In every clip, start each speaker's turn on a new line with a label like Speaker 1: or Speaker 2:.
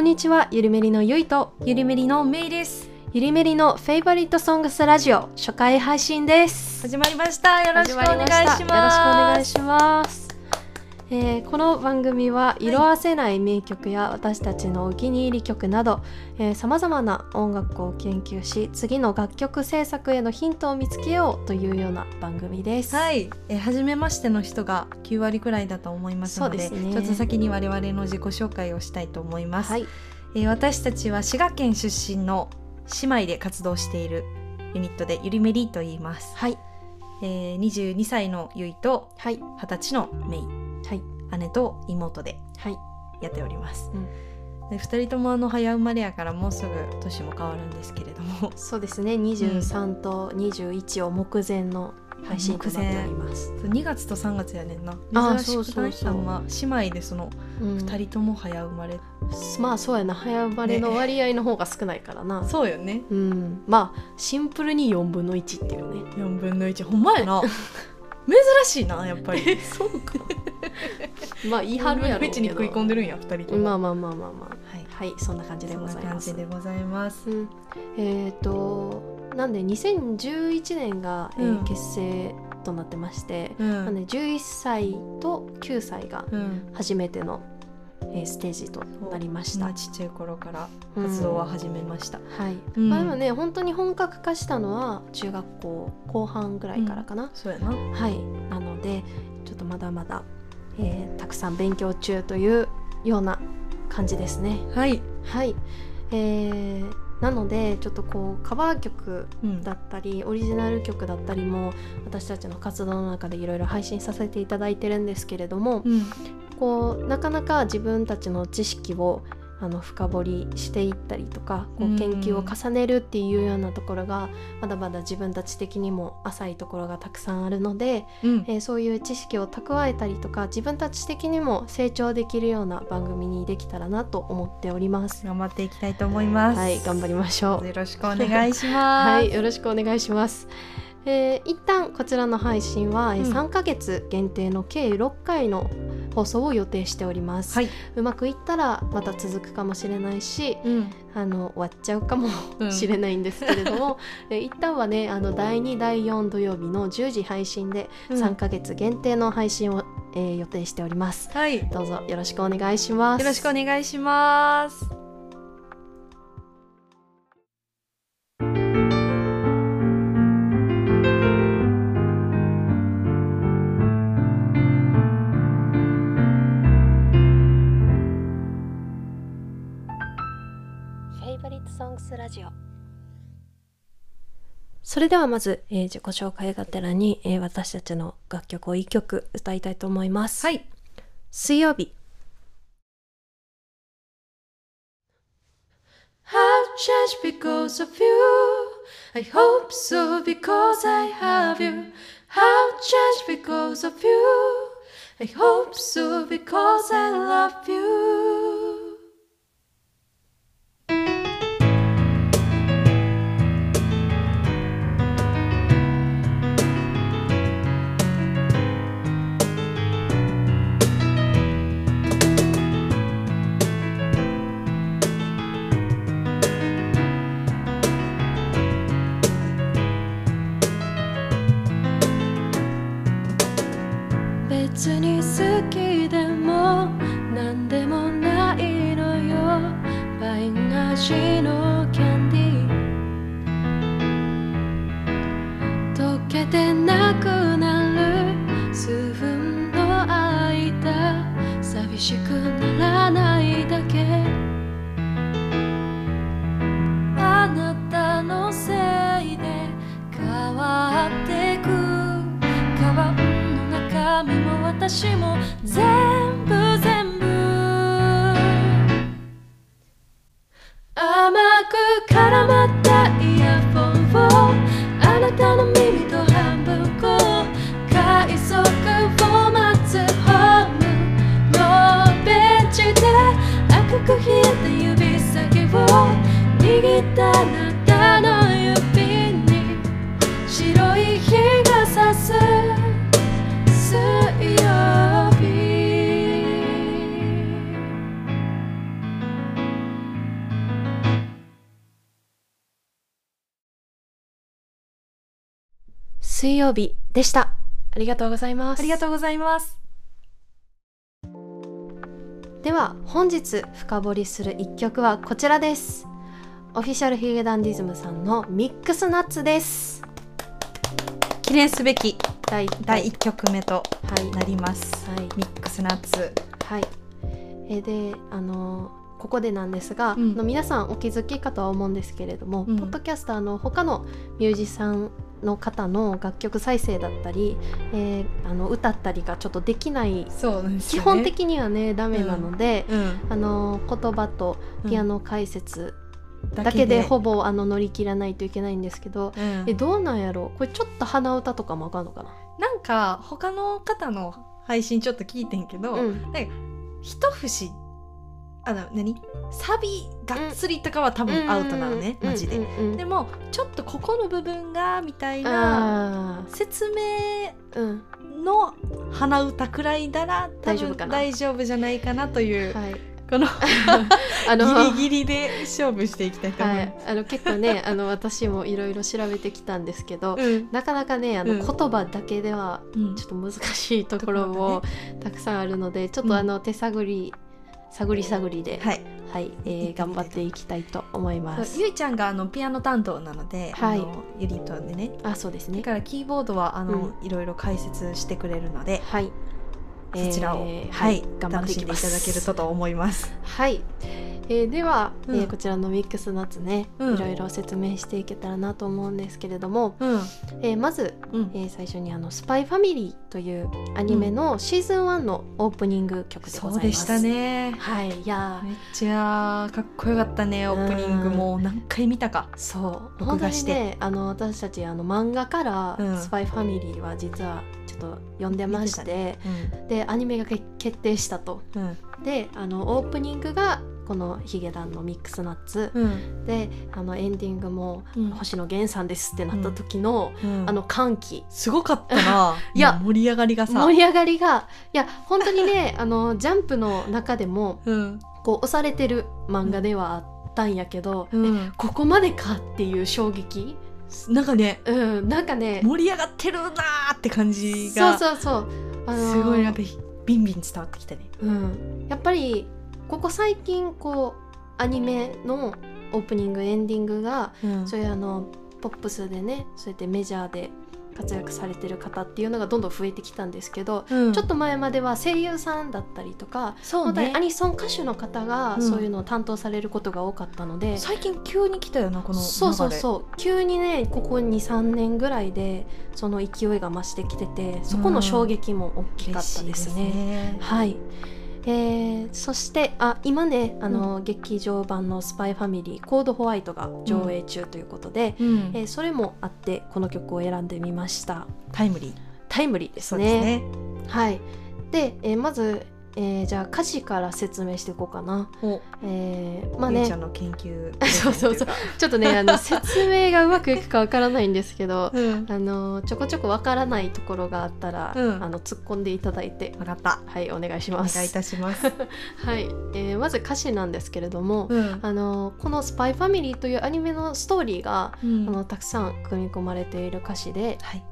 Speaker 1: んにちはゆるめりのゆいと
Speaker 2: ゆりめりのめいです
Speaker 1: ゆりめりのフェイバリットソングスラジオ初回配信です
Speaker 2: 始まりましたよろしくお願いします
Speaker 1: よろしくお願いしますえーこの番組は色あせない名曲や私たちのお気に入り曲などさまざまな音楽を研究し次の楽曲制作へのヒントを見つけようというような番組です。
Speaker 2: はい、えー、初めましての人が9割くらいだと思いますので
Speaker 1: そうですね
Speaker 2: ちょっと先に我々の自己紹介をしたいと思います、
Speaker 1: はい、
Speaker 2: えー私たちは滋賀県出身の姉妹で活動しているユニットでゆりめりと言います、
Speaker 1: はい、
Speaker 2: えー、22歳のゆいと
Speaker 1: はい、
Speaker 2: 20歳のめい
Speaker 1: はい、
Speaker 2: 姉と妹で
Speaker 1: はい、
Speaker 2: やっております、
Speaker 1: うん
Speaker 2: で2人ともあの早生まれやからもうすぐ年も変わるんですけれども
Speaker 1: そうですね。23と21を目前の配信となっております。
Speaker 2: 2月と3月やねんな
Speaker 1: あー
Speaker 2: 珍しくない
Speaker 1: そうそうそう
Speaker 2: あんま姉妹でその
Speaker 1: うん
Speaker 2: 2人とも早生まれ、
Speaker 1: まあそうやな早生まれの割合の方が少ないからな、
Speaker 2: そうよね
Speaker 1: うんまあシンプルに4分の1っていうね
Speaker 2: 4分の1ほんまやな珍し いなやっぱり
Speaker 1: そうかまあ言い張
Speaker 2: 半
Speaker 1: る
Speaker 2: 分
Speaker 1: や
Speaker 2: の
Speaker 1: ろう
Speaker 2: 1
Speaker 1: け
Speaker 2: に
Speaker 1: ど
Speaker 2: 食い込んでるんや2人とも、
Speaker 1: まあまあまあまあま
Speaker 2: はい
Speaker 1: あはいそんな感じで
Speaker 2: そん
Speaker 1: ご
Speaker 2: な
Speaker 1: ざいま
Speaker 2: 感
Speaker 1: す
Speaker 2: じでございます
Speaker 1: うん、えっ、となんで2011年が、えー
Speaker 2: うん
Speaker 1: 結成となってまして、
Speaker 2: うん、
Speaker 1: なんで11歳と9歳が
Speaker 2: うん
Speaker 1: 初めての、えーステージとなりました
Speaker 2: そんなちっちゃい頃から活動は
Speaker 1: うん
Speaker 2: 始めました、
Speaker 1: はい、
Speaker 2: うん
Speaker 1: まあでもね本当に本格化したのは中学校後半ぐらいからかな、
Speaker 2: そうやな
Speaker 1: はいなのでちょっとまだまだ、えーたくさん勉強中というような感じですね
Speaker 2: はい、
Speaker 1: はいえーなのでちょっとこうカバー曲
Speaker 2: うん
Speaker 1: だったりオリジナル曲だったりも私たちの活動の中でいろいろ配信させていただいてるんですけれども、
Speaker 2: うん
Speaker 1: こうなかなか自分たちの知識をあの深掘りしていったりとかこ
Speaker 2: うん
Speaker 1: う研究を重ねるっていうようなところがまだまだ自分たち的にも浅いところがたくさんあるので、
Speaker 2: うん
Speaker 1: えーそういう知識を蓄えたりとか自分たち的にも成長できるような番組にできたらなと思っております。
Speaker 2: 頑張っていきたいと思います。
Speaker 1: はい頑張りましょう
Speaker 2: よろしくお願いしま
Speaker 1: は
Speaker 2: す。
Speaker 1: い、よろしくお願いします。えー一旦こちらの配信は、えー
Speaker 2: うん
Speaker 1: 3ヶ月限定の計6回の放送を予定しております。
Speaker 2: はい、
Speaker 1: うまくいったらまた続くかもしれないし
Speaker 2: うん、
Speaker 1: あの終わっちゃうかも
Speaker 2: う ん
Speaker 1: しれないんですけれど も、え一旦はねあの第2第4土曜日の10時配信で
Speaker 2: うん
Speaker 1: 3ヶ月限定の配信を、えー予定しております。
Speaker 2: はい、よ
Speaker 1: どうぞよろしくお願いします。
Speaker 2: ろしくお願いします。
Speaker 1: フェイバリットソングスラジオそれではまず、えー自己紹介がてらに、えー私たちの楽曲を1曲歌いたいと思います。
Speaker 2: はい、
Speaker 1: 水曜日
Speaker 2: I've changed because of you. I hope so because I have you. I've changed because of you. I hope so because I love you.
Speaker 1: 別に好きでも何でもないのよパイン味のキャンディー溶けてなくなる数分の間寂しくならないだけあなたのせいで変わってくカバンの中身も私も全部全部甘く絡まったイヤホンをあなたの耳と半分こう快速を待つホームのベンチで赤く冷えた指先を握ったあなたの指に白い日が差す水曜日水曜日でしたありがとうございます
Speaker 2: ありがとうございます
Speaker 1: では本日深掘りする一曲はこちらですオフィシャルヒゲダンディズムさんのミックスナッツです
Speaker 2: 記念すべき
Speaker 1: 第1
Speaker 2: 第1曲目と
Speaker 1: はい
Speaker 2: なります
Speaker 1: はい
Speaker 2: ミックスナッツ
Speaker 1: はい、えーであのーここでなんですが、
Speaker 2: うん
Speaker 1: あの皆さんお気づきかとは思うんですけれども、
Speaker 2: うん
Speaker 1: ポッドキャスターの他のミュージシャンの方の楽曲再生だったり、えーあの歌ったりがちょっとできない
Speaker 2: そうなんです
Speaker 1: 基
Speaker 2: よね
Speaker 1: 本的にはねダメなので、
Speaker 2: うん
Speaker 1: あのー言葉とピアノ解説
Speaker 2: だ
Speaker 1: だけでほぼあの乗り切らないといけないんですけど、
Speaker 2: うん
Speaker 1: えどうなんやろうこれちょっと鼻歌とかもあかんのかな、
Speaker 2: なんか他の方の配信ちょっと聞いてんけど、
Speaker 1: うん
Speaker 2: 一節あの何サビがっつりとかは多分アウトなのね、マジで、
Speaker 1: うんうんうん
Speaker 2: でもちょっとここの部分がみたいな
Speaker 1: あ
Speaker 2: 説明
Speaker 1: ーうん
Speaker 2: の鼻歌くらいなら多
Speaker 1: 大丈夫
Speaker 2: 分
Speaker 1: かな
Speaker 2: 大丈夫じゃないかなという、
Speaker 1: はい、
Speaker 2: この
Speaker 1: あの
Speaker 2: ギリギリで勝負していきたいと思
Speaker 1: はいい
Speaker 2: ま、
Speaker 1: あの結構ねあの私もいろいろ調べてきたんですけど、
Speaker 2: す。うん
Speaker 1: なかなかねあの、
Speaker 2: うん
Speaker 1: 言葉だけでは
Speaker 2: うん
Speaker 1: ちょっと難しいところ
Speaker 2: ところ
Speaker 1: もたくさんあるのでちょっ
Speaker 2: うん
Speaker 1: とあの手探り探り探りで、はい
Speaker 2: はい、
Speaker 1: えー頑張っていきたいと思います。
Speaker 2: ゆいちゃんがあのピアノ担当なので、
Speaker 1: はい
Speaker 2: あのユニットでね
Speaker 1: あそうです
Speaker 2: だ
Speaker 1: ね
Speaker 2: からキーボードはあの、いろいろ解説してくれるので
Speaker 1: はい
Speaker 2: そちらを、
Speaker 1: えー
Speaker 2: は
Speaker 1: はいい、頑張っ
Speaker 2: 楽
Speaker 1: てい
Speaker 2: し
Speaker 1: き
Speaker 2: んで
Speaker 1: ま
Speaker 2: いただ
Speaker 1: す
Speaker 2: けるとと思います。
Speaker 1: はい、えーでは、
Speaker 2: うん
Speaker 1: えーこちらのミックスナッツね、
Speaker 2: うん
Speaker 1: いろいろ説明していけたらなと思うんですけれども、
Speaker 2: うん、
Speaker 1: えーまず
Speaker 2: うん、
Speaker 1: えー最初にあの「スパイファミリーというアニメのシーズン1のオープニング曲で
Speaker 2: そ
Speaker 1: ございます。
Speaker 2: うでした。ね。
Speaker 1: はい、いやー
Speaker 2: めっちゃかっこよかったねオープニング
Speaker 1: うん
Speaker 2: もう何回見たか。
Speaker 1: そう本
Speaker 2: 録
Speaker 1: 当
Speaker 2: 画
Speaker 1: に
Speaker 2: して
Speaker 1: ねあの私たちあの漫画から
Speaker 2: うん
Speaker 1: 「スパイファミリーは実はちょっと読んでまして
Speaker 2: 見
Speaker 1: でアニメがけ決定したと。
Speaker 2: うん、うん、
Speaker 1: であのオープニングがこのヒゲダンのミックスナッツ、
Speaker 2: うん、
Speaker 1: であのエンディングも
Speaker 2: うん
Speaker 1: 星野源さんですってなった時の、
Speaker 2: うん、
Speaker 1: あの歓喜
Speaker 2: すごかったな。
Speaker 1: いや
Speaker 2: 盛り上がりがさ。
Speaker 1: 盛り上がりがいや本当にね あのジャンプの中でも
Speaker 2: うん、
Speaker 1: こう押されてる漫画ではあったんやけど、
Speaker 2: うん、
Speaker 1: ここまでかっていう衝撃
Speaker 2: なんかね
Speaker 1: うんなんかね
Speaker 2: 盛り上がってるなーって感じ
Speaker 1: そう
Speaker 2: が
Speaker 1: そうそう、あのー
Speaker 2: すごいなんかビンビン伝わってきたね。
Speaker 1: うん、やっぱりここ最近こうアニメのオープニングエンディングが
Speaker 2: うん
Speaker 1: そういうあのポップスでねそうやってメジャーで活躍されてる方っていうのがどんどん増えてきたんですけど、
Speaker 2: うん
Speaker 1: ちょっと前までは声優さんだったりとか、
Speaker 2: そ
Speaker 1: 本
Speaker 2: う
Speaker 1: 当にア
Speaker 2: ね。
Speaker 1: ニソン歌手の方がそういうのを担当されることが多かったので、
Speaker 2: 最近急に来たよなこの流れ。
Speaker 1: そうそうそう急にねここ23年ぐらいでその勢いが増してきててそこの衝撃も大きかったですね。
Speaker 2: 嬉しいね
Speaker 1: はいえーそしてあ今ねあの、劇場版の「スパイファミリーコード・ホワイト」が上映中ということで、
Speaker 2: うん
Speaker 1: えーそれもあってこの曲を選んでみました
Speaker 2: タイムリー
Speaker 1: タイムリーです
Speaker 2: そう
Speaker 1: ね
Speaker 2: ですね。
Speaker 1: はいで、えーまず、えーじゃあ歌詞から説明していこうかな、
Speaker 2: お
Speaker 1: えーまあ
Speaker 2: ゆ
Speaker 1: ね
Speaker 2: いちゃんの研究
Speaker 1: そうそうそうちょっとねあ の説明がうまくいくかわからないんですけど
Speaker 2: うん
Speaker 1: あのちょこちょこわからないところがあったら、
Speaker 2: うん
Speaker 1: あの突っ込んでいただいて
Speaker 2: 分かった
Speaker 1: はいお願いし
Speaker 2: お願
Speaker 1: ま
Speaker 2: い
Speaker 1: す。
Speaker 2: いたします
Speaker 1: はい、えーまず歌詞なんですけれども、
Speaker 2: うん
Speaker 1: あのこの「スパイファミリーというアニメのストーリーが、
Speaker 2: うん
Speaker 1: あのたくさん組み込まれている歌詞で
Speaker 2: はい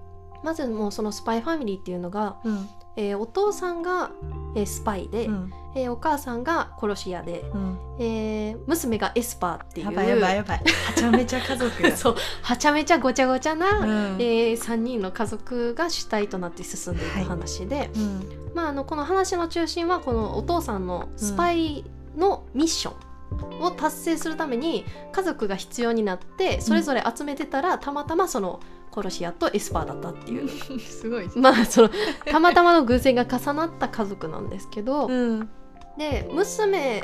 Speaker 1: まずもうその「スパイファミリーっていうのが、
Speaker 2: うん
Speaker 1: えーお父さんが、えースパイで、
Speaker 2: うん
Speaker 1: えーお母さんが殺し屋で、
Speaker 2: うん
Speaker 1: えー娘がエスパーっていう
Speaker 2: やばいやばいやばいはちゃめちゃ家族 が
Speaker 1: そうはちゃめちゃごちゃごちゃな、
Speaker 2: うん
Speaker 1: え3人の家族が主体となって進んでいく話で、
Speaker 2: うん
Speaker 1: まあ、あのこの話の中心はこのお父さんのスパイのミッションを達成するために家族が必要になってそれぞれ集めてたらたまたまその殺し屋とエスパーだったっていう
Speaker 2: すごい
Speaker 1: まあそのたまたまの偶然が重なった家族なんですけど、
Speaker 2: うん
Speaker 1: で娘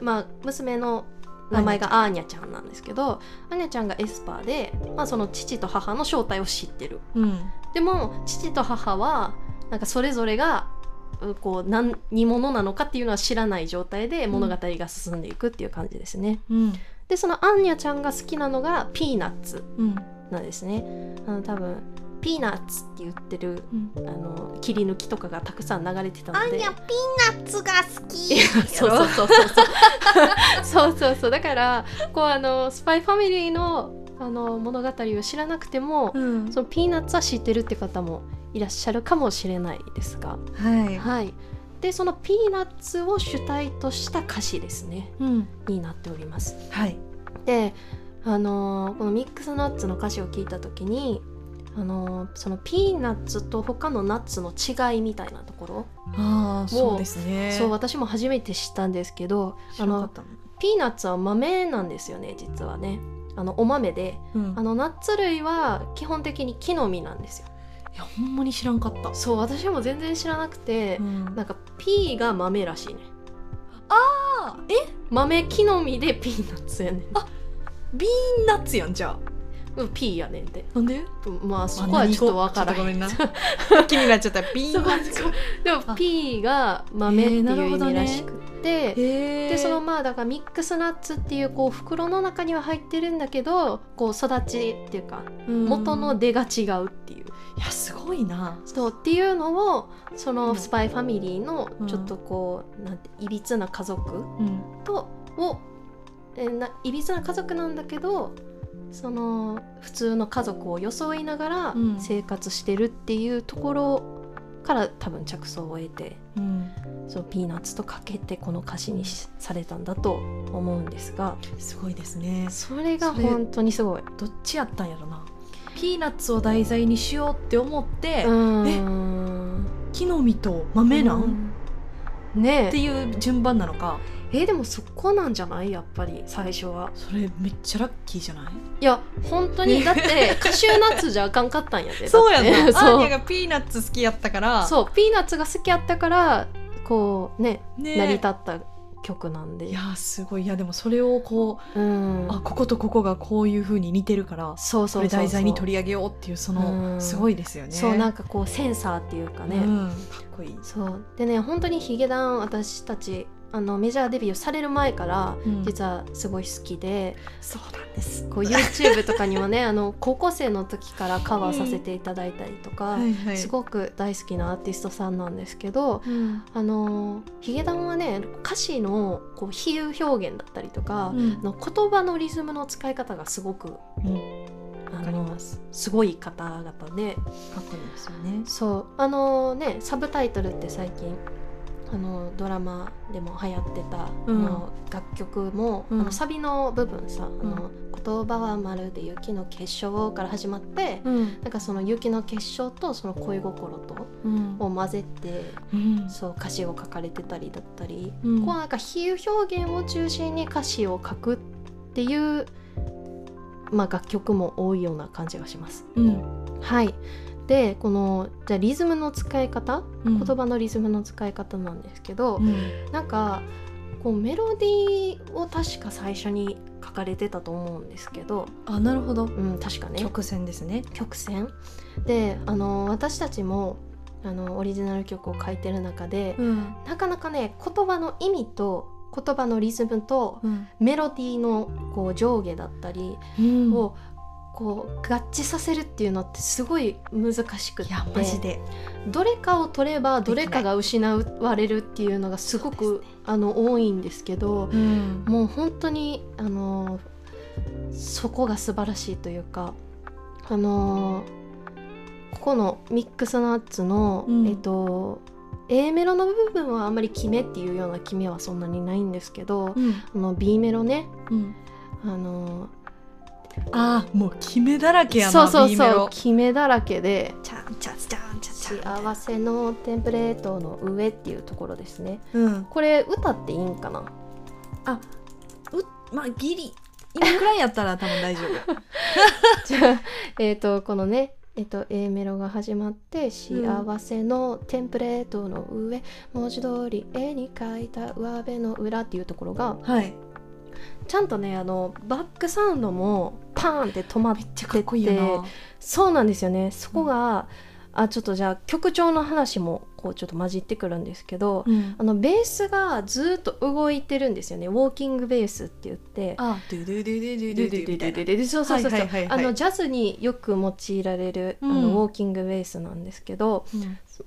Speaker 1: まあ娘の名前がアーニャちゃんなんですけどアーニャちゃんがエスパーで、まあ、その父と母の正体を知ってる
Speaker 2: うん
Speaker 1: でも父と母はなんかそれぞれがうこう何何者なのかっていうのは知らない状態で物語が進んでいくっていう感じですね。
Speaker 2: うん
Speaker 1: でそのアンニャちゃんが好きなのがピーナッツ
Speaker 2: うん
Speaker 1: なんですね。あの多分ピーナッツって言ってる
Speaker 2: うん
Speaker 1: あの切り抜きとかがたくさん流れてたので。
Speaker 2: ピーナッツが好き
Speaker 1: いやそうそうそうそうそうそうそうそうだからこうあのスパイファミリーのあの物語を知らなくても、
Speaker 2: うん
Speaker 1: そのピーナッツは知ってるって方もいらっしゃるかもしれないですが、
Speaker 2: はい、
Speaker 1: はい、でそのピーナッツを主体とした歌詞ですね
Speaker 2: うん、
Speaker 1: になっております。
Speaker 2: はい、
Speaker 1: で、あのーこのミックスナッツの歌詞を聞いた時に、あのーそのピーナッツと他のナッツの違いみたいなところ、
Speaker 2: ああそうですね
Speaker 1: そう私も初めて知ったんですけど
Speaker 2: 知らなかったの
Speaker 1: ピーナッツは豆なんですよね実はねあのお豆で
Speaker 2: うん
Speaker 1: あのナッツ類は基本的に木の実なんですよ
Speaker 2: いやほんまに知らんかった、
Speaker 1: そう私も全然知らなくて、
Speaker 2: うん
Speaker 1: なんかピーが豆らしいね
Speaker 2: あーえ
Speaker 1: 豆木の実でピーナッツやねん
Speaker 2: ピーナッツやんじゃあ
Speaker 1: うんピーやねんって
Speaker 2: なんで
Speaker 1: うんまあそこはちょっとわから
Speaker 2: あ何
Speaker 1: へん
Speaker 2: 語ちょっとごめんな気になっちゃったピー
Speaker 1: そこ
Speaker 2: ナ
Speaker 1: は
Speaker 2: ッツ
Speaker 1: そこでも
Speaker 2: あ
Speaker 1: ピーが豆っていう
Speaker 2: えーなる
Speaker 1: 意
Speaker 2: ほど
Speaker 1: 味
Speaker 2: ね
Speaker 1: らしくて、
Speaker 2: へえ
Speaker 1: でそのまあだからミックスナッツっていうこう袋の中には入ってるんだけどこう育ちっていうか元の
Speaker 2: い
Speaker 1: 出が違うっていう、
Speaker 2: やすごいな
Speaker 1: そうっていうのをそうの
Speaker 2: ん
Speaker 1: スパイファミリーの
Speaker 2: うん
Speaker 1: ちょっとこう、なんていびつな家族
Speaker 2: うん
Speaker 1: とをえーないびつな家族なんだけどその普通の家族を装いながら
Speaker 2: うん
Speaker 1: 生活してるっていうところから多分着想を得て
Speaker 2: うん
Speaker 1: そのピーナッツとかけてこの歌詞にしされたんだと思うんですが
Speaker 2: すごいですね
Speaker 1: それが本当にすごい。
Speaker 2: どっちやったんやろなピーナッツを題材にしようって思って、
Speaker 1: う
Speaker 2: え
Speaker 1: ん
Speaker 2: 木の実と豆なん、っ
Speaker 1: うんね
Speaker 2: ていう順番なのか
Speaker 1: ええでもそこなんじゃないやっぱり最初は
Speaker 2: それめっちゃラッキーじゃない
Speaker 1: いや本当にだってカシューナッツじゃあかんかったんやで
Speaker 2: そうやん
Speaker 1: だって
Speaker 2: なアーニ
Speaker 1: そ
Speaker 2: ャ
Speaker 1: う
Speaker 2: がピーナッツ好きやったから
Speaker 1: そうピーナッツが好きやったからこうね
Speaker 2: ね
Speaker 1: 成り立った曲なんで
Speaker 2: いやーすごいいやでもそれをこう
Speaker 1: うん
Speaker 2: あこことここがこういう風に似てるから
Speaker 1: そうそうそうそ
Speaker 2: そ
Speaker 1: う
Speaker 2: れ題材に取り上げようっていうその、
Speaker 1: うん
Speaker 2: すごいですよね
Speaker 1: そうなん
Speaker 2: か
Speaker 1: かこうセンサーっていうかね、
Speaker 2: うん、かっこいい、
Speaker 1: そうでね本当にヒゲダン私たちあのメジャーデビューされる前から
Speaker 2: うん
Speaker 1: 実はすごい好きで、
Speaker 2: そうなんです
Speaker 1: こう YouTube とかにもねあの高校生の時からカバーさせていただいたりと か、
Speaker 2: はいはい
Speaker 1: すごく大好きなアーティストさんなんですけど
Speaker 2: うん
Speaker 1: あのヒゲダンはね歌詞のこう比喩表現だったりとか、
Speaker 2: うん
Speaker 1: の言葉のリズムの使い方がすごく
Speaker 2: うん
Speaker 1: あ
Speaker 2: わかり
Speaker 1: の
Speaker 2: ます
Speaker 1: すごい方々で
Speaker 2: かっこいいですよね
Speaker 1: そうあのねサブタイトルって最近あのドラマでも流行ってた、
Speaker 2: うん
Speaker 1: あの楽曲も、
Speaker 2: うん
Speaker 1: あのサビの部分さ「あの言葉はまるで雪の結晶」から始まって、
Speaker 2: うん
Speaker 1: なんかその雪の結晶とその恋心と
Speaker 2: うん
Speaker 1: を混ぜて
Speaker 2: うん
Speaker 1: そう歌詞を書かれてたりだったり、
Speaker 2: うん
Speaker 1: こうなんか比喩表現を中心に歌詞を書くっていう、まあ、楽曲も多いような感じがします。
Speaker 2: うん
Speaker 1: はいでこのじゃあリズムの使い方
Speaker 2: 言
Speaker 1: 言葉のリズムの使い方なんですけど、
Speaker 2: うん
Speaker 1: なんかこうメロディーを確か最初に書かれてたと思うんですけど、
Speaker 2: あなるほど
Speaker 1: うん、確かね
Speaker 2: 曲線ですね
Speaker 1: 曲線であの私たちもあのオリジナル曲を書いてる中で、
Speaker 2: うん
Speaker 1: なかなかね言葉の意味と言葉のリズムと
Speaker 2: うん
Speaker 1: メロディーのこう上下だったり
Speaker 2: うん
Speaker 1: をこう合致させるっていうのってすごい難しくっ
Speaker 2: い
Speaker 1: て
Speaker 2: やマジで
Speaker 1: どれかを取ればどれ
Speaker 2: で
Speaker 1: か
Speaker 2: き
Speaker 1: が失われるっていうのがすご
Speaker 2: そう
Speaker 1: く
Speaker 2: です
Speaker 1: あの多いんですけど
Speaker 2: うん
Speaker 1: もう本当にあのそこが素晴らしいというかあのここのミックスナッツの、
Speaker 2: うん
Speaker 1: えっと A メロの部分はあんまり決めっていうような決めはそんなにないんですけど、
Speaker 2: うん
Speaker 1: あの B メロね
Speaker 2: うん
Speaker 1: あの
Speaker 2: あーもう決めだらけやな
Speaker 1: そうそう
Speaker 2: B メ
Speaker 1: そう
Speaker 2: ロ
Speaker 1: 決めだらけで
Speaker 2: ちゃんちゃんちゃんちゃん
Speaker 1: 「
Speaker 2: ちゃん
Speaker 1: 幸せのテンプレートの上」っていうところですね
Speaker 2: うん
Speaker 1: これ歌っていいんかな
Speaker 2: うまあギリ今くらいやったら多分大丈夫
Speaker 1: じゃあ えっ、とこのねえっ、と A メロが始まって「
Speaker 2: ん
Speaker 1: 幸せのテンプレートの上」文字通り絵に描いた上辺の裏っていうところが
Speaker 2: はい
Speaker 1: ちゃんとねあのバックサウンドもパーンって止まってて
Speaker 2: じゃかっこいいよな
Speaker 1: そうなんですよねそこが、あちょっとじゃあ曲調の話もこうちょっと混じってくるんですけど、
Speaker 2: うん
Speaker 1: あのベースがずっと動いてるんですよねウォーキングベースって言って
Speaker 2: あドゥドゥドゥドゥド
Speaker 1: で
Speaker 2: ゥ
Speaker 1: で
Speaker 2: ドゥドゥ
Speaker 1: で
Speaker 2: みた
Speaker 1: で
Speaker 2: いな
Speaker 1: ででそうそうそうそう、
Speaker 2: はいはいはいはい
Speaker 1: あのジャズによく用いられる、あ
Speaker 2: うん
Speaker 1: のウォーキングベースなんですけど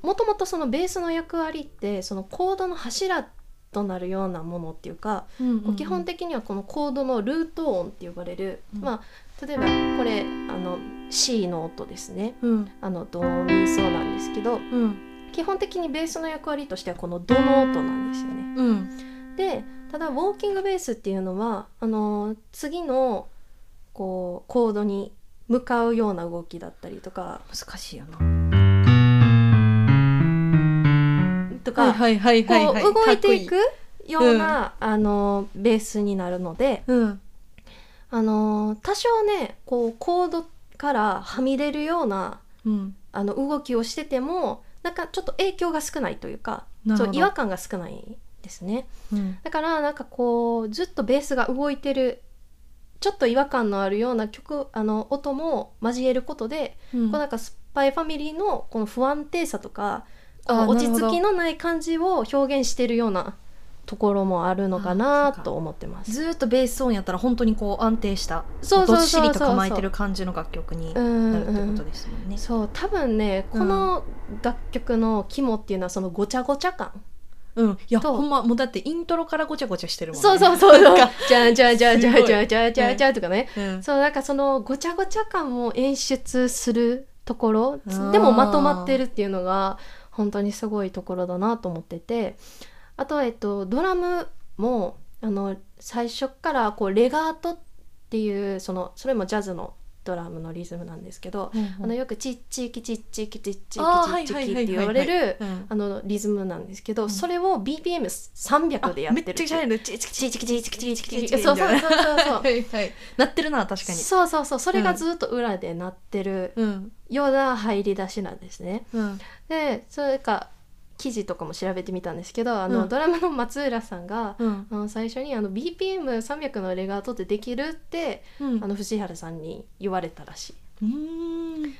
Speaker 1: もともとそのベースの役割ってそのコードの柱となるようなものっていうか、こう基本的にはこのコードのルート音って呼ばれる、
Speaker 2: うん
Speaker 1: まあ例えばこれあの C の音ですね
Speaker 2: うん
Speaker 1: あのドミソなんですけど
Speaker 2: うん
Speaker 1: 基本的にベースの役割としてはこのドの音なんですよね。
Speaker 2: うん
Speaker 1: でただウォーキングベースっていうのはあの次のこうコードに向かうような動きだったりとか
Speaker 2: 難しいよな
Speaker 1: とか、
Speaker 2: はいはいはいはいはい
Speaker 1: こう動いてい
Speaker 2: か
Speaker 1: くようなあのベースになるので
Speaker 2: っこいいうん
Speaker 1: あの多少ねこうコードからはみ出るような
Speaker 2: うん
Speaker 1: あの動きをしててもなんかちょっと影響が少ないというか
Speaker 2: な
Speaker 1: ち
Speaker 2: る
Speaker 1: ょ
Speaker 2: ほ
Speaker 1: っ
Speaker 2: ど
Speaker 1: と違和感が少ないですね。
Speaker 2: うん
Speaker 1: だからなんかこうずっとベースが動いてるちょっと違和感のあるような曲あの音も交えることで、
Speaker 2: うん
Speaker 1: こうなんかスパイファミリーのこの不安定さとかこ
Speaker 2: あー
Speaker 1: う落ち
Speaker 2: なるほ
Speaker 1: 着
Speaker 2: ど
Speaker 1: きのない感じを表現しているようなところもあるのか
Speaker 2: あー
Speaker 1: な
Speaker 2: そうか
Speaker 1: と思ってます。
Speaker 2: ずーっとベース音やったら本当にこう安定した
Speaker 1: そうそう
Speaker 2: どっし
Speaker 1: そうそう
Speaker 2: りと構えてる感じの楽曲
Speaker 1: う
Speaker 2: になんるって
Speaker 1: う
Speaker 2: こと
Speaker 1: ん
Speaker 2: ですもんね。
Speaker 1: そう多分ねこの楽曲の肝っていうのはそのごちゃごちゃ感、
Speaker 2: うん、いや
Speaker 1: と
Speaker 2: ほんまもうだってイントロからごちゃごちゃしてるもんね。
Speaker 1: そうそうそうそう
Speaker 2: なんか
Speaker 1: じゃんじゃんじゃんじゃん
Speaker 2: すごい
Speaker 1: じゃんじゃんじゃんじゃんとかね
Speaker 2: うん
Speaker 1: そうなんかそのごちゃごちゃ感を演出するところ
Speaker 2: あー
Speaker 1: でもまとまってるっていうのが本当にすごいところだなと思っててあと、えっと、ドラムもあの最初からこうレガートっていうそのそれもジャズのドラムのリズムなんですけど、あのよくチッチキチッチキチッチキチ
Speaker 2: あー
Speaker 1: ッチキ
Speaker 2: はいはいはいはいはい
Speaker 1: って言われる
Speaker 2: うん
Speaker 1: あのリズムなんですけど、
Speaker 2: うん
Speaker 1: それを BPM300 でやってる
Speaker 2: あめっちゃくちゃやる。チチチ
Speaker 1: チチキチチキチチキチ
Speaker 2: チ
Speaker 1: チ
Speaker 2: チ
Speaker 1: そうそうそうそうそう
Speaker 2: はいはい。なってるな確かに。
Speaker 1: そうそうそうそれがずっと裏で鳴ってる
Speaker 2: うん
Speaker 1: ような入り出しなんですね。
Speaker 2: うん
Speaker 1: でそれか記事とかも調べてみたんですけどあの、
Speaker 2: うん
Speaker 1: ドラムの松浦さんが、
Speaker 2: うん
Speaker 1: あの最初にあの BPM300 のレガートってできるって、
Speaker 2: うん
Speaker 1: あの藤原さんに言われたらしい。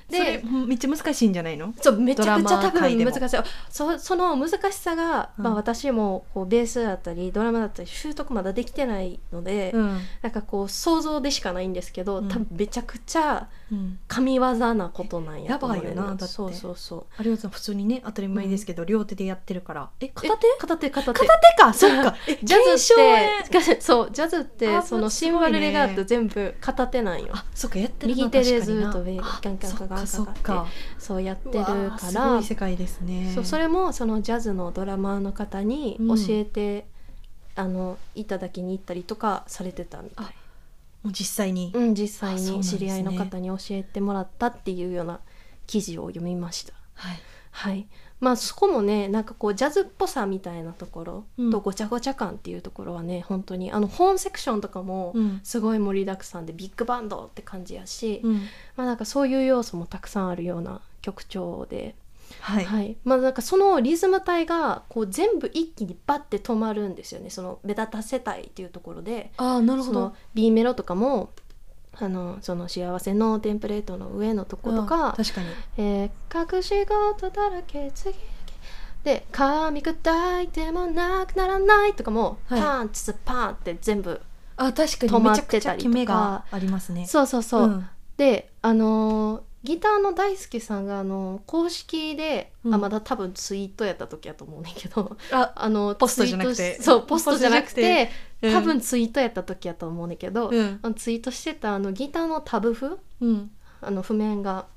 Speaker 2: でそれめっちゃ難しいんじゃないの？
Speaker 1: そうめちゃくちゃ多
Speaker 2: ドラマ界
Speaker 1: 分
Speaker 2: でも
Speaker 1: 難しいそその難しさが、
Speaker 2: うん
Speaker 1: まあ、私もこうベースだったりドラムだったり習得まだできてないので、
Speaker 2: うん
Speaker 1: なんかこう想像でしかないんですけど、
Speaker 2: うん
Speaker 1: 多分めちゃくちゃ
Speaker 2: うん。
Speaker 1: 神業なことなんやと思う
Speaker 2: やばいよなだって
Speaker 1: そうそうそう
Speaker 2: あれは普通にね当たり前ですけど両手でやってるから。え片手？
Speaker 1: え片手片手
Speaker 2: 片手か。そっか。え
Speaker 1: ジャズ
Speaker 2: 検証ね
Speaker 1: って そうジャズっ
Speaker 2: あ
Speaker 1: てそのシンバルレガート全部片手なんよ
Speaker 2: あ、そっかやってるな
Speaker 1: 右手で
Speaker 2: 確かにな
Speaker 1: ずっと上ガンガンガンガンガンガン
Speaker 2: あそっかそっか
Speaker 1: そうやって
Speaker 2: う
Speaker 1: る
Speaker 2: わ
Speaker 1: か
Speaker 2: ーすご
Speaker 1: ら
Speaker 2: い世界ですね。
Speaker 1: そうそれもそのジャズのドラマーの方に
Speaker 2: うん
Speaker 1: 教えて、あのいただきに行ったりとかされてたみたい
Speaker 2: あもう実際に。
Speaker 1: うん実際
Speaker 2: あそうなん
Speaker 1: に
Speaker 2: ですね
Speaker 1: 知り合いの方に教えてもらったっていうような記事を読みました
Speaker 2: はい。
Speaker 1: はいまあそこもねなんかこうジャズっぽさみたいなところ
Speaker 2: うん
Speaker 1: とごちゃごちゃ感っていうところはね本当にあの本セクションとかも、
Speaker 2: うん。
Speaker 1: すごい盛りだくさんでビッグバンドって感じやし、
Speaker 2: うん。
Speaker 1: まあなんかそういう要素もたくさんあるような曲調で、
Speaker 2: は。
Speaker 1: はいいまあなんかそのリズム帯がこう全部一気にバッて止まるんですよねその目立たせたいっていうところで
Speaker 2: ああなる
Speaker 1: そ
Speaker 2: ほ
Speaker 1: の
Speaker 2: ど。
Speaker 1: B メロとかもあのその幸せのテンプレートの上のとこと
Speaker 2: うん
Speaker 1: か
Speaker 2: 確かに。
Speaker 1: 「えー隠し事だらけ次々」で「噛み砕いてもなくならない」とかも「
Speaker 2: はい
Speaker 1: パンツパン」って全部
Speaker 2: あ確か
Speaker 1: 止
Speaker 2: に
Speaker 1: ま
Speaker 2: め
Speaker 1: っ
Speaker 2: ちゃく
Speaker 1: て
Speaker 2: ちゃ
Speaker 1: たりと
Speaker 2: 決
Speaker 1: か
Speaker 2: めがありますね。
Speaker 1: そうそうそう、
Speaker 2: ん
Speaker 1: であのーギターの大好きさんがあのー公式で、
Speaker 2: うん
Speaker 1: あまだ多分ツイートやった時やと思うねんけど
Speaker 2: あ
Speaker 1: あの
Speaker 2: ポストじゃなくて
Speaker 1: ツイートしそうポストじゃなくて
Speaker 2: うん
Speaker 1: 多分ツイートやった時やと思うねんけど、
Speaker 2: うん
Speaker 1: あのツイートしてたあのギターのタブ譜
Speaker 2: うん。
Speaker 1: あの譜面が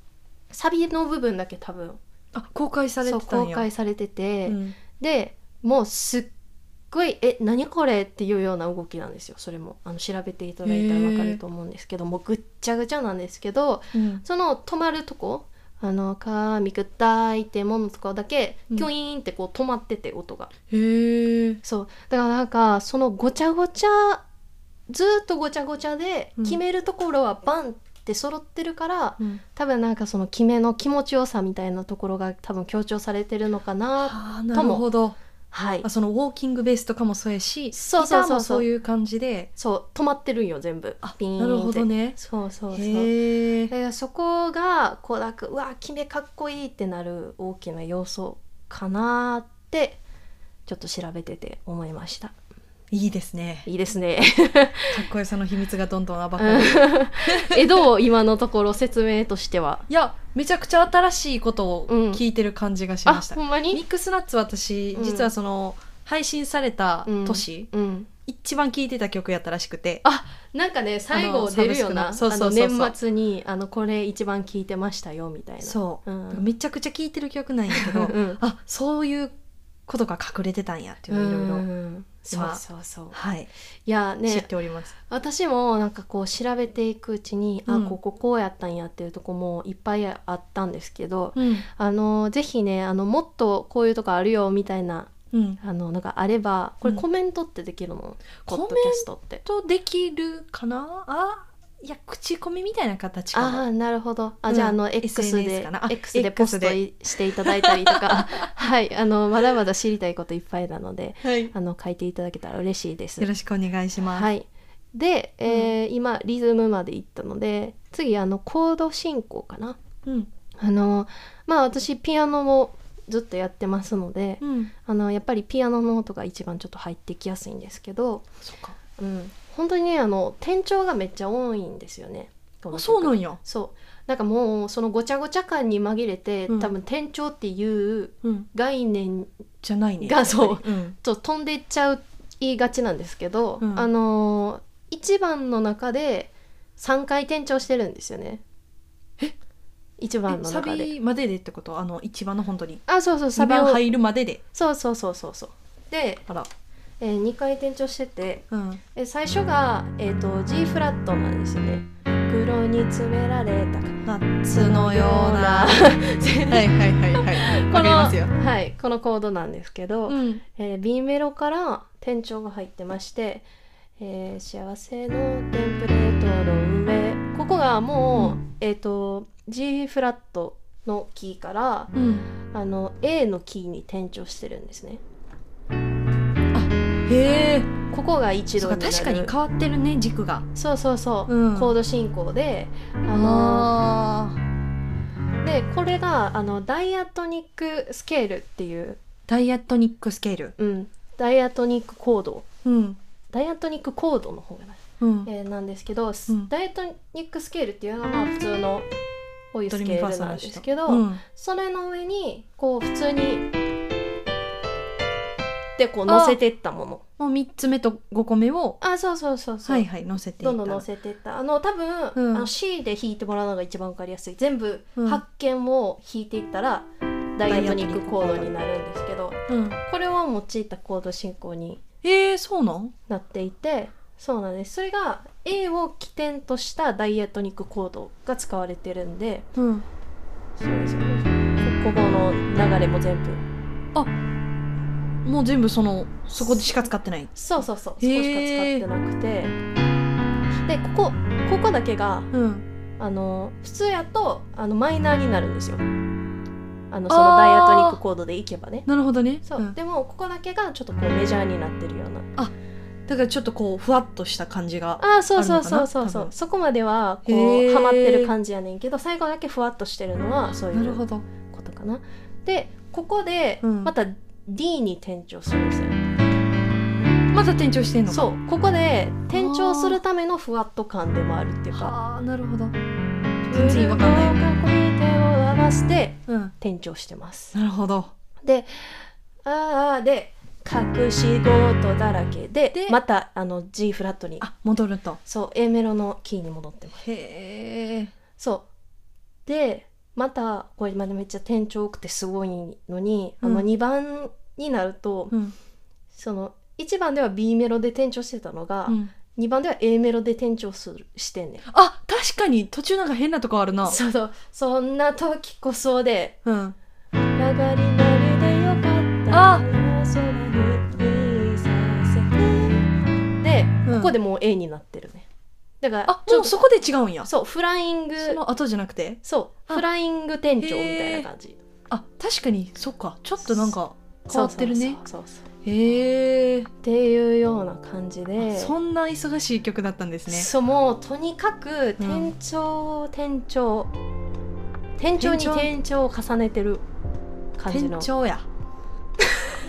Speaker 1: サビの部分だけ多分
Speaker 2: あ公開され
Speaker 1: そう
Speaker 2: てたん
Speaker 1: 公
Speaker 2: や。
Speaker 1: 開されてて、
Speaker 2: うん
Speaker 1: でもうすっごい「え何これ?」っていうような動きなんですよそれもあの調べていただいたら分かると思うんですけどもうぐっちゃぐちゃなんですけど
Speaker 2: うん。
Speaker 1: その止まるとこあの「髪砕いてもの」とかだけ
Speaker 2: う
Speaker 1: キ
Speaker 2: ん
Speaker 1: ュイーンってこう止まってて音が、
Speaker 2: へえ。
Speaker 1: そうだからなんかそのごちゃごちゃずーっとごちゃごちゃで
Speaker 2: うん
Speaker 1: 決めるところはバンって揃ってるから、
Speaker 2: うん
Speaker 1: 多分なんかその決めの気持ちよさみたいなところが多分強調されてるのかな
Speaker 2: ああなるほど。
Speaker 1: はい
Speaker 2: あそのウォーキングベースとかもそうやし、
Speaker 1: そうそうそうそう
Speaker 2: ギターもそういう感じで。
Speaker 1: そう止まってるんよ全部
Speaker 2: あ
Speaker 1: ピーンって
Speaker 2: なるほどね。
Speaker 1: そうそうそう
Speaker 2: へ
Speaker 1: だ
Speaker 2: え。
Speaker 1: からそこがこうなんかうわ決めかっこいいってなる大きな要素かなってちょっと調べてて思いました
Speaker 2: いいですね。
Speaker 1: いいです ね
Speaker 2: かっこよさの秘密がどんどん暴かれる。い
Speaker 1: えどう今のところ説明としては
Speaker 2: やめちゃくちゃ新しいことを聞いてる感じがし
Speaker 1: あ
Speaker 2: ました
Speaker 1: ほ。んま
Speaker 2: ミ
Speaker 1: に
Speaker 2: ックスナッツ私、
Speaker 1: うん
Speaker 2: 実はその配信された年、
Speaker 1: うん、
Speaker 2: 一番聴いてた曲やったらしくて
Speaker 1: なんかね最後出るよ
Speaker 2: あ
Speaker 1: なあ
Speaker 2: のサブスクの
Speaker 1: の
Speaker 2: そうそうそうそう
Speaker 1: 年末にあのこれ一番聞いてましたよみたいな
Speaker 2: そう、
Speaker 1: うん
Speaker 2: だからめちゃくちゃ聴いてる曲なんやけど
Speaker 1: うん
Speaker 2: あそういうことが隠れてたんやっていうのをいろいろ
Speaker 1: うんそうそうそう
Speaker 2: はい、
Speaker 1: いや
Speaker 2: 知っ
Speaker 1: ね
Speaker 2: ております。
Speaker 1: 私もなんかこう調べていくうちに、
Speaker 2: うん
Speaker 1: あこここうやったんやっていうとこもいっぱいあったんですけど
Speaker 2: うん
Speaker 1: あのぜひねあのもっとこういうとこあるよみたいな
Speaker 2: うん、
Speaker 1: あののがあればこれ
Speaker 2: うん
Speaker 1: コメントってできるの、ポッ
Speaker 2: コメ
Speaker 1: ド
Speaker 2: ント
Speaker 1: キャストって。
Speaker 2: とできるかなあいや口コミみたいな形か
Speaker 1: あ
Speaker 2: も
Speaker 1: あなるほどあ、
Speaker 2: うん
Speaker 1: じゃああの X で
Speaker 2: SNS かなあ
Speaker 1: X で
Speaker 2: X
Speaker 1: ポストいしていただいたりと かはいあのまだまだ知りたいこといっぱいなので
Speaker 2: はい、よ
Speaker 1: あの書いていただけたら嬉しいです。
Speaker 2: ろしくお願いします。
Speaker 1: はい、で、えー今リズムまでいったので次あのコード進行かな
Speaker 2: うん
Speaker 1: あのまあ私ピアノをずっとやってますので、
Speaker 2: うん、
Speaker 1: あのやっぱりピアノの音が一番ちょっと入ってきやすいんですけど、
Speaker 2: そっか
Speaker 1: うん、本当にねあの転調がめっちゃ多いんですよね。この
Speaker 2: あ
Speaker 1: 曲
Speaker 2: そうなんや。
Speaker 1: そうなんかもうそのごちゃごちゃ感に紛れて、
Speaker 2: うん
Speaker 1: 多分転調っていう
Speaker 2: うん、
Speaker 1: 概念
Speaker 2: じゃないね。
Speaker 1: がそう
Speaker 2: やっぱりうん
Speaker 1: と飛んでいっちゃう言いがちなんですけど、
Speaker 2: うん
Speaker 1: あの1番の中で3回転調してるんですよね。え ?1 番
Speaker 2: え
Speaker 1: の
Speaker 2: サ
Speaker 1: 中で。
Speaker 2: ビまででってことあの一番の本当に
Speaker 1: あそうそうサ
Speaker 2: サ
Speaker 1: ビ
Speaker 2: 番
Speaker 1: を
Speaker 2: 入るまでで
Speaker 1: そうそうそうそうそう。で、
Speaker 2: あら、
Speaker 1: え2回転調してて
Speaker 2: うん、
Speaker 1: え最初が、えー、と G フラットなんですよね。袋に詰められた
Speaker 2: 夏のよう なはいはいはいはい
Speaker 1: こ
Speaker 2: わかり
Speaker 1: の
Speaker 2: ますよ、
Speaker 1: はい、このコードなんですけど、
Speaker 2: うん、
Speaker 1: えー B メロから転調が入ってまして「えー幸せのテンプレートの上」ここがもう、えっ、と G フラットのキーから
Speaker 2: うん、
Speaker 1: あの A のキーに転調してるんですね。
Speaker 2: へ
Speaker 1: ここが
Speaker 2: え
Speaker 1: 一度になる
Speaker 2: 確かに変わってるね軸が
Speaker 1: そうそうそう、
Speaker 2: うん
Speaker 1: コード進行であの
Speaker 2: あー
Speaker 1: でこれがあのダイアトニックスケールっていう、
Speaker 2: ダイアトニックスケール
Speaker 1: うん、ダイアトニックコード
Speaker 2: うん
Speaker 1: ダイアトニックコードの方がな
Speaker 2: うん
Speaker 1: えーなんですけど、
Speaker 2: うん
Speaker 1: ダイエットニックスケールっていうのはまあ普通のこういうスケールなんですけど、
Speaker 2: うん、
Speaker 1: それの上にこう普通にでこう乗せてったもの
Speaker 2: もう3つ目と5個目を
Speaker 1: あそうそうそうそう、
Speaker 2: はいはい乗せてい
Speaker 1: どんどん乗せてったあの多分、
Speaker 2: うん
Speaker 1: あの C で弾いてもらうのが一番わかりやすい全部
Speaker 2: うん
Speaker 1: 発見を弾いていったら、ダイエットニックコードになるんですけど
Speaker 2: うん、
Speaker 1: これを用いたコード進行に
Speaker 2: えー、そうなん
Speaker 1: なっていてそうなんですそれが A を起点としたダイエットニックコードが使われてるんで
Speaker 2: うん
Speaker 1: そうですよねここの流れも全部
Speaker 2: もう全部そのそこでしか使ってない
Speaker 1: そうそうそうそこしか使っ
Speaker 2: へー
Speaker 1: てなくてでここここだけが
Speaker 2: うん
Speaker 1: あの普通やとあのマイナーになるんですよあのそのダイエットニックコードでいけばね
Speaker 2: なるほどね
Speaker 1: そう、
Speaker 2: ん、だ
Speaker 1: でもここだけがちょっとこうメジャーになってるような
Speaker 2: からちょっとこうふわっとした感じが
Speaker 1: ああそうそ
Speaker 2: あ
Speaker 1: う
Speaker 2: るのか
Speaker 1: そ
Speaker 2: な
Speaker 1: うそうそ
Speaker 2: 多
Speaker 1: う
Speaker 2: 分
Speaker 1: そこまではこ
Speaker 2: へ
Speaker 1: う
Speaker 2: ー
Speaker 1: ハマってる感じやねんけど最後だけふわっとしてるのはそうい
Speaker 2: なる
Speaker 1: う
Speaker 2: ほど
Speaker 1: ことかなでここで
Speaker 2: うん
Speaker 1: また D に転調するんですよ、
Speaker 2: また転調してんのか
Speaker 1: そうここで転調するためのふわっと感でもあるっていうか
Speaker 2: はあなるほど
Speaker 1: ブル
Speaker 2: 全然わかんない
Speaker 1: ーの囲み手を合わせて
Speaker 2: うん
Speaker 1: 転調してます
Speaker 2: なるほど
Speaker 1: であーで隠し事だらけで
Speaker 2: で
Speaker 1: またあの G フラットに
Speaker 2: あ戻ると
Speaker 1: そう A メロのキーに戻ってます
Speaker 2: へえ
Speaker 1: そうでまたこれまでめっちゃ転調多くてすごいのに、あ
Speaker 2: う
Speaker 1: の
Speaker 2: ん
Speaker 1: 2番になると、
Speaker 2: うん
Speaker 1: その1番では B メロで転調してたのが、
Speaker 2: うん
Speaker 1: 2番では A メロで転調するしてんねん
Speaker 2: あ確かに途中なんか変なとこあるな
Speaker 1: そうそうそんな時こそで
Speaker 2: うん
Speaker 1: 「曲がりなりでよかったら
Speaker 2: あ
Speaker 1: 空にさせて」で、
Speaker 2: うん
Speaker 1: ここでもう A になってるねだから
Speaker 2: あ
Speaker 1: ちょ
Speaker 2: もう
Speaker 1: っと
Speaker 2: そこで違うんやそ
Speaker 1: そうフライング
Speaker 2: の後じゃなくて
Speaker 1: そう
Speaker 2: あ
Speaker 1: フライング転調みたいな感じ
Speaker 2: あ確かにそっかちょっとなんか変わってるね
Speaker 1: そうそうそうそう
Speaker 2: へえ
Speaker 1: っていうような感じで
Speaker 2: そんな忙しい曲だったんですね
Speaker 1: そうもうとにかく転調、転調転調に
Speaker 2: 転調
Speaker 1: 転調を重ねてる感じ
Speaker 2: 店
Speaker 1: の
Speaker 2: 長 や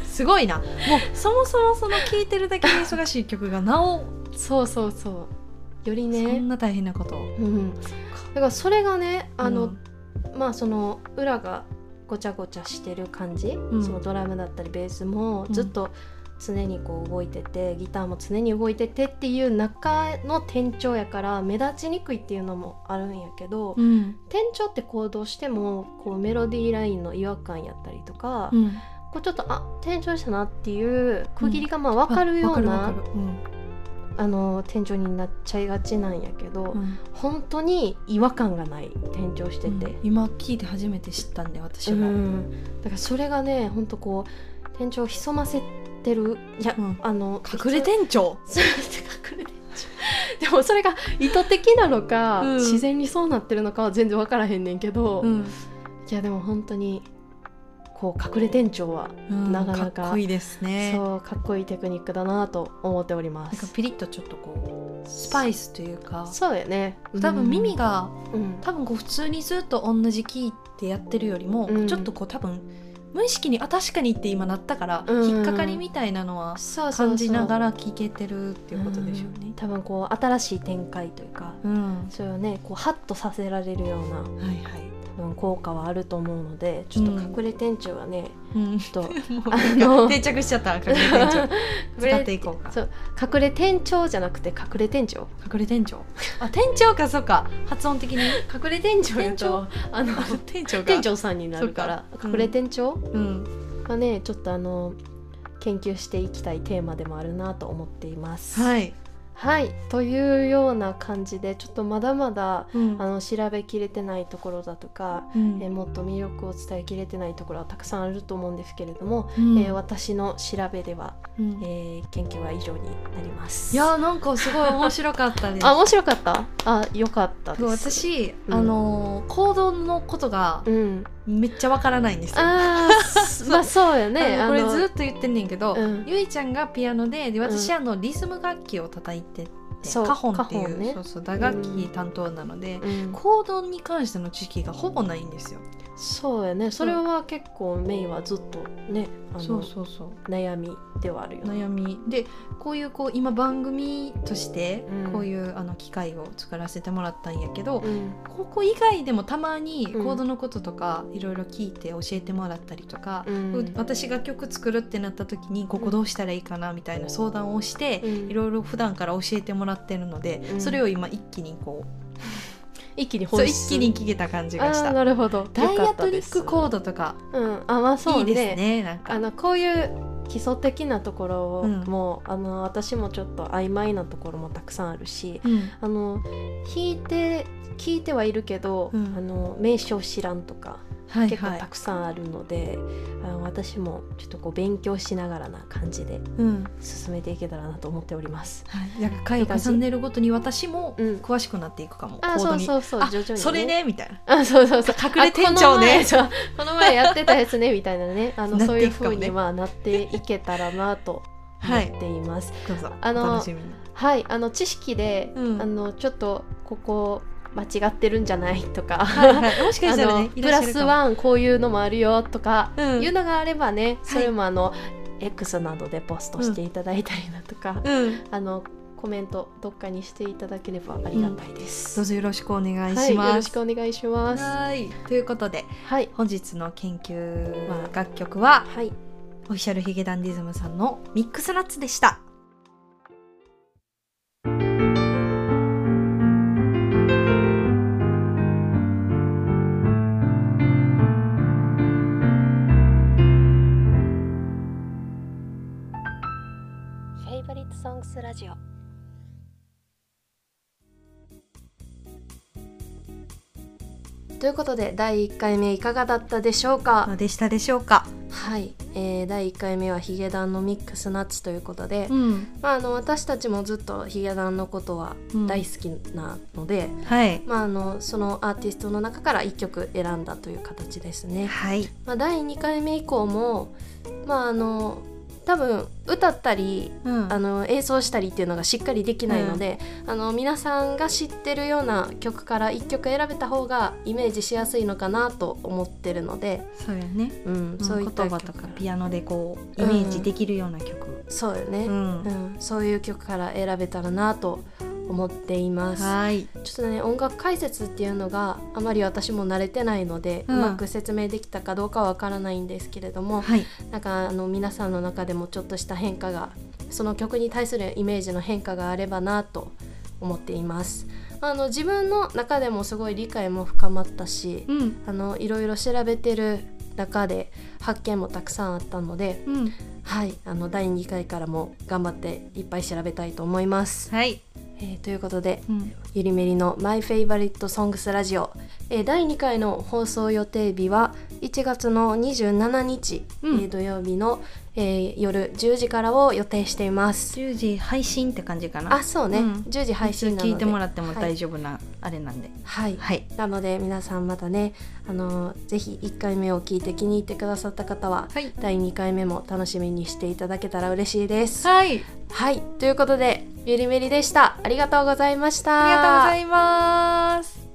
Speaker 2: すごいなもうそもそもその聴いてるだけで忙しい曲がな お、
Speaker 1: そうそうそうより
Speaker 2: そ
Speaker 1: ね
Speaker 2: んな大変なことを
Speaker 1: うん、だからそれがねあの、
Speaker 2: うん
Speaker 1: まあその裏がごちゃごちゃしてる感じ、
Speaker 2: ん
Speaker 1: そのドラムだったりベースも
Speaker 2: うん
Speaker 1: ずっと常にこう動いててギターも常に動いててっていう中の店長やから目立ちにくいっていうのもあるんやけど、
Speaker 2: うん
Speaker 1: 店長って行動してもこうメロディーラインの違和感やったりとか、
Speaker 2: うん、
Speaker 1: こうちょっとあ店長したなっていう区切りがまあ分かるよう
Speaker 2: あわ
Speaker 1: な
Speaker 2: かるわかるうん
Speaker 1: あの店長になっちゃいがちなんやけど、
Speaker 2: うん
Speaker 1: 本当に違和感がない店長してて。
Speaker 2: うん今聞いて初めて知ったんで私
Speaker 1: う
Speaker 2: も、
Speaker 1: ん、だからそれがねほんとこう店長を潜ませてるいや、
Speaker 2: うん
Speaker 1: あの
Speaker 2: 隠れ店長
Speaker 1: そう隠れてんちゃうでもそれが意図的なのか、
Speaker 2: うん
Speaker 1: 自然にそうなってるのかは全然分からへんねんけど、
Speaker 2: ん、
Speaker 1: いやでも本当にこう隠れ店長は、
Speaker 2: うん
Speaker 1: なかなか
Speaker 2: かっこいいですねなん
Speaker 1: そうかっこいいテクニックだなと思っておりま
Speaker 2: か
Speaker 1: す
Speaker 2: ピリッとちょっとこうスパイスというか
Speaker 1: そうやね
Speaker 2: 多分耳、が
Speaker 1: うん
Speaker 2: 多分こう普通にずっと同じキーってやってるよりも、
Speaker 1: うん
Speaker 2: ちょっとこう多分無意識にあ確かにって今なったから、
Speaker 1: うん
Speaker 2: 引っかかりみたいなのは
Speaker 1: そうそうそう
Speaker 2: 感じながら聞けてるっていうことでしょう
Speaker 1: うん
Speaker 2: ね。
Speaker 1: 多分こう新しい展開というか
Speaker 2: うん、
Speaker 1: それをねこうハッとさせられるような
Speaker 2: はいはい。
Speaker 1: 多分効果はあると思うのでちょっと
Speaker 2: うん
Speaker 1: 隠れ店長はね、
Speaker 2: うん、
Speaker 1: ち ょっと
Speaker 2: も
Speaker 1: あの
Speaker 2: う定着しちゃった隠れ店長。 使っていこうか
Speaker 1: そう隠れ店長じゃなくて隠れ店長
Speaker 2: 隠れ店長。あ店長かそうか発音的に。
Speaker 1: 隠れ店長やとあの
Speaker 2: あ店長か。
Speaker 1: 店。長さんになるから
Speaker 2: そっかうん
Speaker 1: 隠れ店長
Speaker 2: うん。
Speaker 1: はねちょっとあの研究していきたいテーマでもあるなと思っています。い、
Speaker 2: はい。
Speaker 1: はい、というような感じでちょっとまだまだ
Speaker 2: うん
Speaker 1: あの調べきれてないところだとか、
Speaker 2: うん
Speaker 1: えーもっと魅力を伝えきれてないところはたくさんあると思うんですけれども、
Speaker 2: うん
Speaker 1: えー私の調べでは、
Speaker 2: うん
Speaker 1: えー研究は以上になります。
Speaker 2: いやーなんかすごい面白かったです。
Speaker 1: あ面白かったあよかったです。
Speaker 2: 私、
Speaker 1: うん
Speaker 2: あのー行動のことが
Speaker 1: うん、
Speaker 2: めっちゃわからないんですよ。
Speaker 1: あー すまあそうよね
Speaker 2: あのこれず
Speaker 1: っ
Speaker 2: っと言ってんねんけど、
Speaker 1: うん
Speaker 2: ゆいちゃんがピアノでで私、
Speaker 1: うん
Speaker 2: あのリズム楽器を叩いてて
Speaker 1: そう
Speaker 2: カホンってい
Speaker 1: カホ
Speaker 2: う,、
Speaker 1: ンね
Speaker 2: そうそう打楽器担当なので、
Speaker 1: と、うん
Speaker 2: 行動に関しての知識がほぼないんですよ。
Speaker 1: そうやねそれは結構メイはずっとねあの
Speaker 2: そうそうそう
Speaker 1: 悩みではあるよね。
Speaker 2: 悩みでこういうこう今番組として
Speaker 1: うん
Speaker 2: こういう、あの機会を作らせてもらったんやけど、
Speaker 1: うん
Speaker 2: ここ以外でもたまに
Speaker 1: うん
Speaker 2: コードのこととかいろいろ聞いて教えてもらったりとか、
Speaker 1: うん
Speaker 2: 私が曲作るってなった時にここどうしたらいいかなみたいな相談をして、
Speaker 1: うん
Speaker 2: いろいろ普段から教えてもらってるので、
Speaker 1: うん
Speaker 2: それを今一気にこ
Speaker 1: 一気に
Speaker 2: うそう
Speaker 1: 本質
Speaker 2: 一気に聞けた感じがし
Speaker 1: あー
Speaker 2: た。
Speaker 1: なるほど
Speaker 2: ダイアトリックコー
Speaker 1: ド、
Speaker 2: ドとか
Speaker 1: うん、あまあそ
Speaker 2: いうい
Speaker 1: ね
Speaker 2: ですねなんか
Speaker 1: あのこういう基礎的なところを、
Speaker 2: うん
Speaker 1: もうあの私もちょっと曖昧なところもたくさんあるし
Speaker 2: うん
Speaker 1: あの弾いて聞いてはいるけど、
Speaker 2: うん
Speaker 1: あの名称知らんとか
Speaker 2: はい
Speaker 1: 結
Speaker 2: は
Speaker 1: 構
Speaker 2: い
Speaker 1: たくさんあるので、あの私もちょっとこう勉強しながらな感じで
Speaker 2: うん
Speaker 1: 進めていけたらなと思っております。
Speaker 2: はい、なんか回を重ねるごとに私も
Speaker 1: うん
Speaker 2: 詳しくなっていくかも、
Speaker 1: あ、
Speaker 2: コー
Speaker 1: そ
Speaker 2: ド
Speaker 1: う
Speaker 2: に
Speaker 1: そうそう、
Speaker 2: あ
Speaker 1: 徐々に、
Speaker 2: それ。ねみたいな
Speaker 1: あ、そうそうそう。
Speaker 2: 隠れ店長
Speaker 1: あ
Speaker 2: ね
Speaker 1: この前そうこの前やってたやつねみたいな ね、あの
Speaker 2: なっ
Speaker 1: そう
Speaker 2: て
Speaker 1: いう
Speaker 2: いくか
Speaker 1: 風
Speaker 2: もね
Speaker 1: にまあなっていけたらなと思
Speaker 2: はい
Speaker 1: っています。
Speaker 2: どうぞ
Speaker 1: あの
Speaker 2: お楽しみに
Speaker 1: はい、あの知識で、
Speaker 2: うん
Speaker 1: あのちょっとここ間違ってるんじゃないとか、
Speaker 2: は いはい、もしか
Speaker 1: あ
Speaker 2: したら
Speaker 1: の
Speaker 2: ね
Speaker 1: プラス、ワンこういうのもあるよとか
Speaker 2: いらっしゃるかもうん、
Speaker 1: いうのがあればね、
Speaker 2: い
Speaker 1: それもあの X などでポストしていただいたりだとか、
Speaker 2: うん、
Speaker 1: あのコメントどっかにしていただければありがたいです。
Speaker 2: どうぞよろしくお願い
Speaker 1: は
Speaker 2: し
Speaker 1: い、よ
Speaker 2: ま
Speaker 1: ろし
Speaker 2: す。
Speaker 1: くお願いします。
Speaker 2: はい、ということで
Speaker 1: はい、
Speaker 2: 本日の研究楽曲は
Speaker 1: はい、
Speaker 2: オフィシャルヒゲダンディズムさんのミックスナッツでした。
Speaker 1: フェイバリットソングスラジオ。ということで第1回目いかがだったでしょうか、
Speaker 2: でしたでしょうか。
Speaker 1: はい、えー第1回目はヒゲダンのミックスナッツということで、
Speaker 2: ん、
Speaker 1: まあ、あの私たちもずっとヒゲダンのことは
Speaker 2: うん
Speaker 1: 大好きなので、
Speaker 2: はい、
Speaker 1: まあ、あのそのアーティストの中から1曲選んだという形ですね。
Speaker 2: はい、
Speaker 1: まあ、第2回目以降も、まあ、あの多分歌ったり
Speaker 2: うん
Speaker 1: あの演奏したりっていうのがしっかりできないので、あの皆さんが知ってるような曲から1曲選べた方がイメージしやすいのかなと思ってるので、
Speaker 2: そうよね。
Speaker 1: うん、そういった
Speaker 2: 言葉
Speaker 1: 曲
Speaker 2: とからピアノでこうイメージできるような曲。
Speaker 1: そうよね、
Speaker 2: う
Speaker 1: うん
Speaker 2: ん、
Speaker 1: そういう曲から選べたらなと思っています、
Speaker 2: はい
Speaker 1: ちょっとね音楽解説っていうのがあまり私も慣れてないので、う
Speaker 2: うん
Speaker 1: まく説明できたかどうかわからないんですけれども、
Speaker 2: はい
Speaker 1: なんかあの皆さんの中でもちょっとした変化がその曲に対するイメージの変化があればなと思っていますあの自分の中でもすごい理解も深まったし、
Speaker 2: うん
Speaker 1: あのいろいろ調べてる中で発見もたくさんあったので
Speaker 2: うん
Speaker 1: はいあの第2回からも頑張っていっぱい調べたいと思います、
Speaker 2: はい
Speaker 1: えーということで
Speaker 2: うん
Speaker 1: ゆりめりの My Favorite Songs ラジオ、えー第2回の放送予定日は1月の27日、
Speaker 2: うん
Speaker 1: えー土曜日の、えー夜10時からを予定しています
Speaker 2: 10時配信って感じかな
Speaker 1: あそうね、
Speaker 2: うん
Speaker 1: 10時配信なので
Speaker 2: 聞いてもらっても
Speaker 1: はい
Speaker 2: 大丈夫な、あれなんで
Speaker 1: はい
Speaker 2: はい
Speaker 1: なので皆さんまたねあのーぜひ1回目を聞いて気に入ってくださった方は、
Speaker 2: はい
Speaker 1: 第2回目も楽しみにしていただけたら嬉しいです。はい、
Speaker 2: はい
Speaker 1: ということでゆりめりでしたありがとうございました。
Speaker 2: ありがとうございます